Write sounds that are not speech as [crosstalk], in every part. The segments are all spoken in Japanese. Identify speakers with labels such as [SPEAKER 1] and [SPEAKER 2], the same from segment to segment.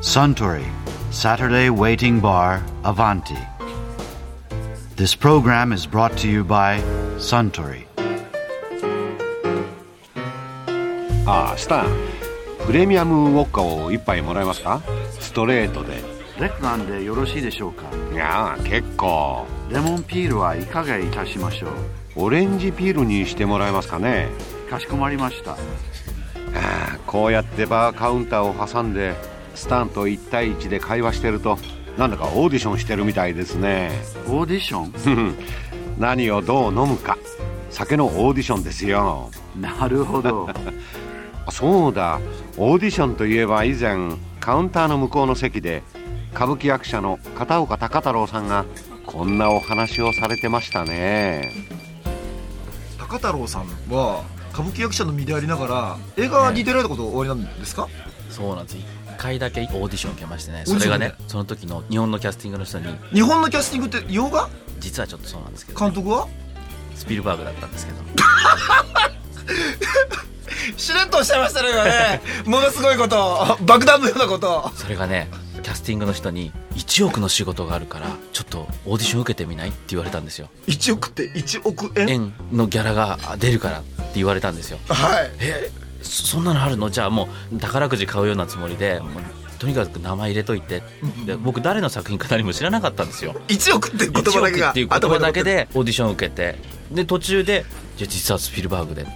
[SPEAKER 1] Suntory, Saturday Waiting Bar, Avanti. This program is brought to you by Suntory.
[SPEAKER 2] ああスタープレミアムウォッカを一杯もらえますかストレートで
[SPEAKER 1] レックなんでよろしいでしょうか
[SPEAKER 2] いやあ結構
[SPEAKER 1] レモンピールはいかがいたしましょう
[SPEAKER 2] オレンジピールにしてもらえますかね
[SPEAKER 1] かしこまりました
[SPEAKER 2] ああこうやってバーカウンターを挟んでスタンと1対1で会話してるとなんだかオーディションしてるみたいですね
[SPEAKER 1] オーディション
[SPEAKER 2] ふん何をどう飲むか酒のオーディションですよ
[SPEAKER 1] [laughs] なるほど [laughs]
[SPEAKER 2] あそうだオーディションといえば以前カウンターの向こうの席で歌舞伎役者の片岡孝太郎さんがこんなお話をされてましたね
[SPEAKER 3] 高太郎さんは歌舞伎役者の身でありながら映画に出られたことおありなんですか、
[SPEAKER 4] そうなんです1回だけオーディション受けましてね
[SPEAKER 3] オーデ
[SPEAKER 4] そ
[SPEAKER 3] ィ
[SPEAKER 4] れ
[SPEAKER 3] ション
[SPEAKER 4] が
[SPEAKER 3] ね
[SPEAKER 4] ねその時の日本のキャスティングの人に
[SPEAKER 3] 日本のキャスティングって洋画
[SPEAKER 4] 実はちょっとそうなんですけど、
[SPEAKER 3] 監督は
[SPEAKER 4] スピルバーグだったんですけど
[SPEAKER 3] しれっとおっしゃいましたね今 [laughs] ねものすごいこと爆弾のようなこと
[SPEAKER 4] それがねキャスティングの人に1億の仕事があるからちょっとオーディション受けてみないって言われたんですよ
[SPEAKER 3] 1億って1億円
[SPEAKER 4] 円のギャラがあ出るからって言われたんですよ
[SPEAKER 3] はい
[SPEAKER 4] えそそんなのあるのじゃあもう宝くじ買うようなつもりでもうとにかく名前入れといてで僕誰の作品か何も知らなかったんですよ
[SPEAKER 3] 1億って言
[SPEAKER 4] 1
[SPEAKER 3] 葉だ
[SPEAKER 4] 億
[SPEAKER 3] け
[SPEAKER 4] っ
[SPEAKER 3] が
[SPEAKER 4] ていう言葉
[SPEAKER 3] 頭
[SPEAKER 4] だけ
[SPEAKER 3] に残ってる
[SPEAKER 4] でオーディションを受けてで途中でじゃあ実はスピルバーグで、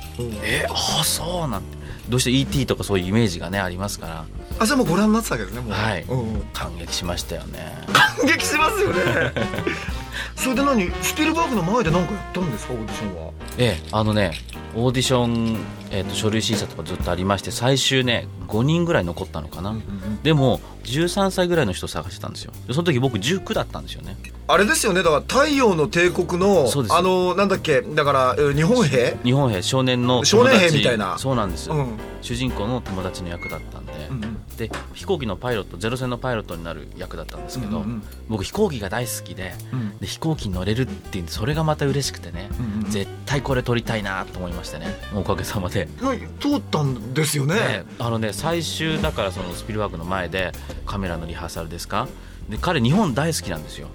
[SPEAKER 4] えああそうなんてどうして ET とかそういうイメージがねありますから
[SPEAKER 3] あじゃあもうご覧になってたわけですねもう
[SPEAKER 4] はい
[SPEAKER 3] うんうん
[SPEAKER 4] 感激しましたよね
[SPEAKER 3] 感激しますよね [laughs] それで何スピルバーグの前で何かやったんですかオーディションは
[SPEAKER 4] ええあのねオーディション、えーと書類審査とかずっとありまして最終ね5人ぐらい残ったのかな、でも13歳ぐらいの人を探してたんですよでその時僕19だったんですよね
[SPEAKER 3] あれですよねだから太陽の帝国の
[SPEAKER 4] そうです
[SPEAKER 3] あのなんだっけだからえー日本兵
[SPEAKER 4] 日本兵少年の
[SPEAKER 3] 少
[SPEAKER 4] 友達
[SPEAKER 3] 年兵みたいな
[SPEAKER 4] そうなんです、
[SPEAKER 3] うん
[SPEAKER 4] 主人公の友達の役だったんで、
[SPEAKER 3] うんうん
[SPEAKER 4] で飛行機のパイロットゼロ戦のパイロットになる役だったんですけど、
[SPEAKER 3] うんうんうん
[SPEAKER 4] 僕飛行機が大好きで,、
[SPEAKER 3] うん
[SPEAKER 4] で飛行機に乗れるっていうそれがまた嬉しくてね、
[SPEAKER 3] うんうん
[SPEAKER 4] 絶対これ撮りたいなと思いましてねおかげさまで。
[SPEAKER 3] な通ったんですよね
[SPEAKER 4] ねあのね最終だからそのスピルバーグの前でカメラのリハーサルですかで彼日本大好きなんですよ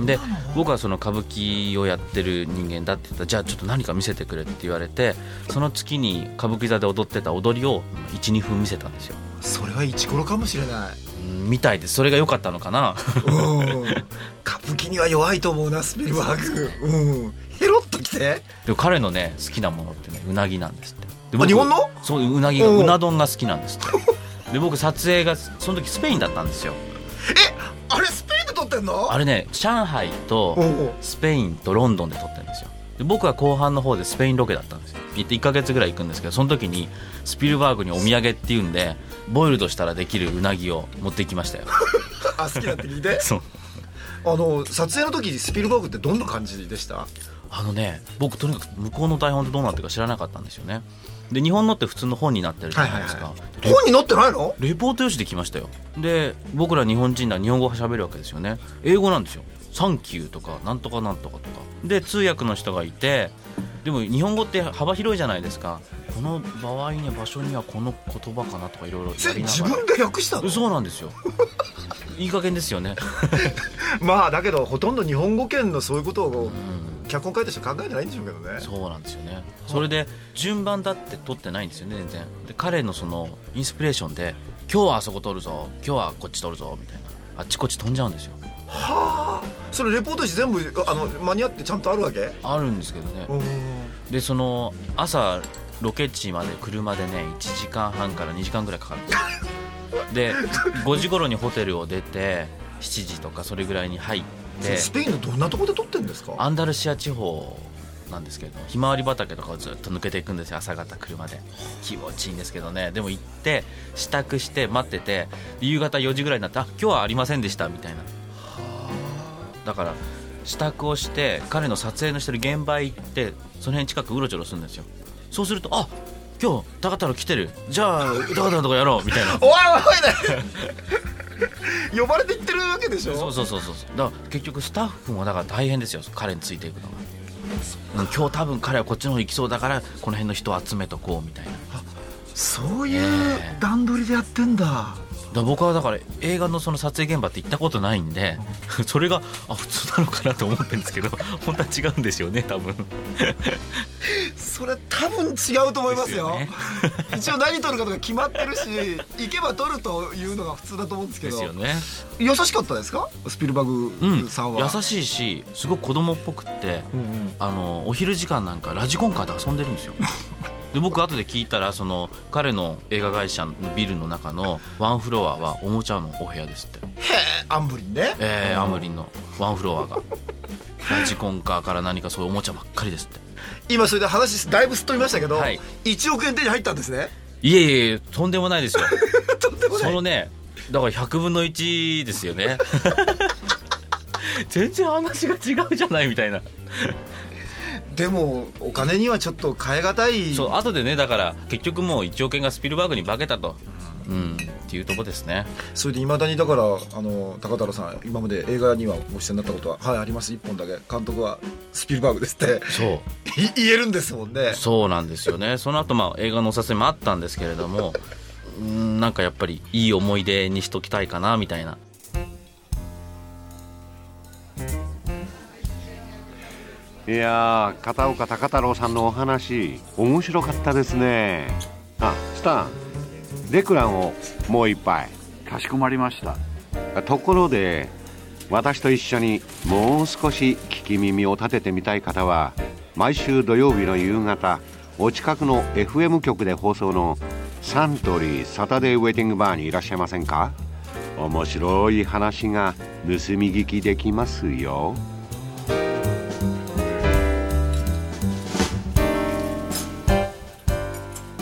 [SPEAKER 4] で僕はその歌舞伎をやってる人間だって言ったらじゃあちょっと何か見せてくれって言われてその月に歌舞伎座で踊ってた踊りを12分見せたんですよ
[SPEAKER 3] それはイチコロかもしれない
[SPEAKER 4] うんみたいですそれが良かったのかな
[SPEAKER 3] うん歌舞伎には弱いと思うなスピルバー
[SPEAKER 4] [laughs]
[SPEAKER 3] グうんヘロッときて
[SPEAKER 4] でも彼のね好きなものってねうなぎなんですってで
[SPEAKER 3] あ
[SPEAKER 4] 僕
[SPEAKER 3] 日本の
[SPEAKER 4] そううなぎが
[SPEAKER 3] おう
[SPEAKER 4] うな丼が好きなんですってで僕撮影がその時スペインだったんですよ
[SPEAKER 3] あれスペインで撮ってんの
[SPEAKER 4] あれね上海と
[SPEAKER 3] おうおう
[SPEAKER 4] スペインとロンドンで撮ってるんですよで僕は後半の方でスペインロケだったんですよ行って1ヶ月ぐらい行くんですけどその時にスピルバーグにお土産っていうんでボイルドしたらできるうなぎを持ってき
[SPEAKER 3] [laughs]
[SPEAKER 4] ましたよ
[SPEAKER 3] あ好きだって聞いて
[SPEAKER 4] [laughs] そう
[SPEAKER 3] あの撮影の時スピルバーグってどんな感じでした
[SPEAKER 4] あのね僕とにかく向こうの台本ってどうなってるか知らなかったんですよねで日本のって普通の本になってるじゃないですか、
[SPEAKER 3] はいはい本に載ってないの
[SPEAKER 4] レレポート用紙で来ましたよで僕ら日本人なら日本語喋るわけですよね英語なんですよ「サンキュー」とか「なんとかなんとか」とかで通訳の人がいてでも日本語って幅広いじゃないですかこの場合には場所にはこの言葉かなとかいろいろ
[SPEAKER 3] そ
[SPEAKER 4] や
[SPEAKER 3] れ
[SPEAKER 4] りな
[SPEAKER 3] 自
[SPEAKER 4] が
[SPEAKER 3] 分で訳したの
[SPEAKER 4] らそうなんですよいい加減ですよね
[SPEAKER 3] [laughs] まあだけどほとんど日本語圏のそういうことを脚本書いた人考えてないんでしょうけどね
[SPEAKER 4] そうなんですよねそれで順番だって取ってないんですよね全然で彼のそのインスピレーションで今日はあそこ取るぞ今日はこっち取るぞみたいなあっちこっち飛んじゃうんですよ
[SPEAKER 3] それレポート紙全部あの間に合ってちゃんとあるわけ
[SPEAKER 4] あるんですけどね
[SPEAKER 3] うん
[SPEAKER 4] でその朝ロケ地まで車でね1時間半から2時間ぐらいかかるんですよで5時頃にホテルを出て7時とかそれぐらいに入っ
[SPEAKER 3] それ
[SPEAKER 4] て
[SPEAKER 3] スペインのどんなとこで撮ってんですか
[SPEAKER 4] アンダルシア地方なんですけどひまわり畑とかをずっと抜けていくんですよ朝方車で気持ちいいんですけどねでも行って支度して待ってて夕方4時ぐらいになってあ今日はありませんでしたみたいなだから支度をして彼の撮影のしてる現場へ行ってその辺近くうろちょろするんですよそうするとあ今日高太郎来てるじゃあ高太郎のとこやろうみたいな
[SPEAKER 3] おいおいおい [laughs] 呼ばれて行ってるわけでしょ
[SPEAKER 4] そうそうそうそうそうだから結局スタッフもだから大変ですよ彼についていくのが、うん、今日多分彼はこっちの方行きそうだからこの辺の人を集めとこうみたいな
[SPEAKER 3] そういう段取りでやってんだ、
[SPEAKER 4] だ僕はだから映画のその撮影現場って行ったことないんでそれがあ普通なのかなと思ってるんですけど本当は違うんですよね多分
[SPEAKER 3] それ多分違うと思いますよ
[SPEAKER 4] で
[SPEAKER 3] [laughs]
[SPEAKER 4] す
[SPEAKER 3] 一応何撮るかとか決まってるし行けば撮るというのが普通だと思うんですけ
[SPEAKER 4] で
[SPEAKER 3] ど
[SPEAKER 4] すよね
[SPEAKER 3] 優しかったですかスピルバ
[SPEAKER 4] うん
[SPEAKER 3] グさんは、
[SPEAKER 4] 優しいしすごく子供っぽくって
[SPEAKER 3] うんうん
[SPEAKER 4] あのお昼時間なんかラジコンカーで遊んでるんで
[SPEAKER 3] [laughs]
[SPEAKER 4] すよで僕後で聞いたらその彼の映画会社のビルの中のワンフロアはおもちゃのお部屋ですって
[SPEAKER 3] アンブリンね
[SPEAKER 4] えー、アムリンのワンフロアがラジコンカーから何かそういうおもちゃばっかりですって
[SPEAKER 3] 今それで話だいぶすっ飛びましたけど、
[SPEAKER 4] はい
[SPEAKER 3] 1億円手に入ったんですね
[SPEAKER 4] いえいえとんでもないですよ
[SPEAKER 3] [laughs] とんでもな
[SPEAKER 4] そ
[SPEAKER 3] い
[SPEAKER 4] のねだから100分の1です
[SPEAKER 3] [laughs]
[SPEAKER 4] よね全然話が違うじゃないみたいな
[SPEAKER 3] でもお金にはちょっと変えがたい
[SPEAKER 4] そう後でねだから結局もう1億円がスピルバーグに化けたとうんっていうとこですね
[SPEAKER 3] それでいまだにだからあの高太郎さん今まで映画にはご出演になったことははいあります1本だけ監督はスピルバーグですって
[SPEAKER 4] そう
[SPEAKER 3] い言えるんですもんね
[SPEAKER 4] そうなんですよねその後まあ映画のお誘いもあったんですけれどもうんなんかやっぱりいい思い出にしときたいかなみたいな
[SPEAKER 2] ういやー片岡高太郎さんのお話面白かったですねあスタンレクランをもう一杯ところで私と一緒にもう少し聞き耳を立ててみたい方は毎週土曜日の夕方お近くの FM 局で放送のサントリーサタデーウェイティングバーにいらっしゃいませんか面白い話が盗み聞きできますよ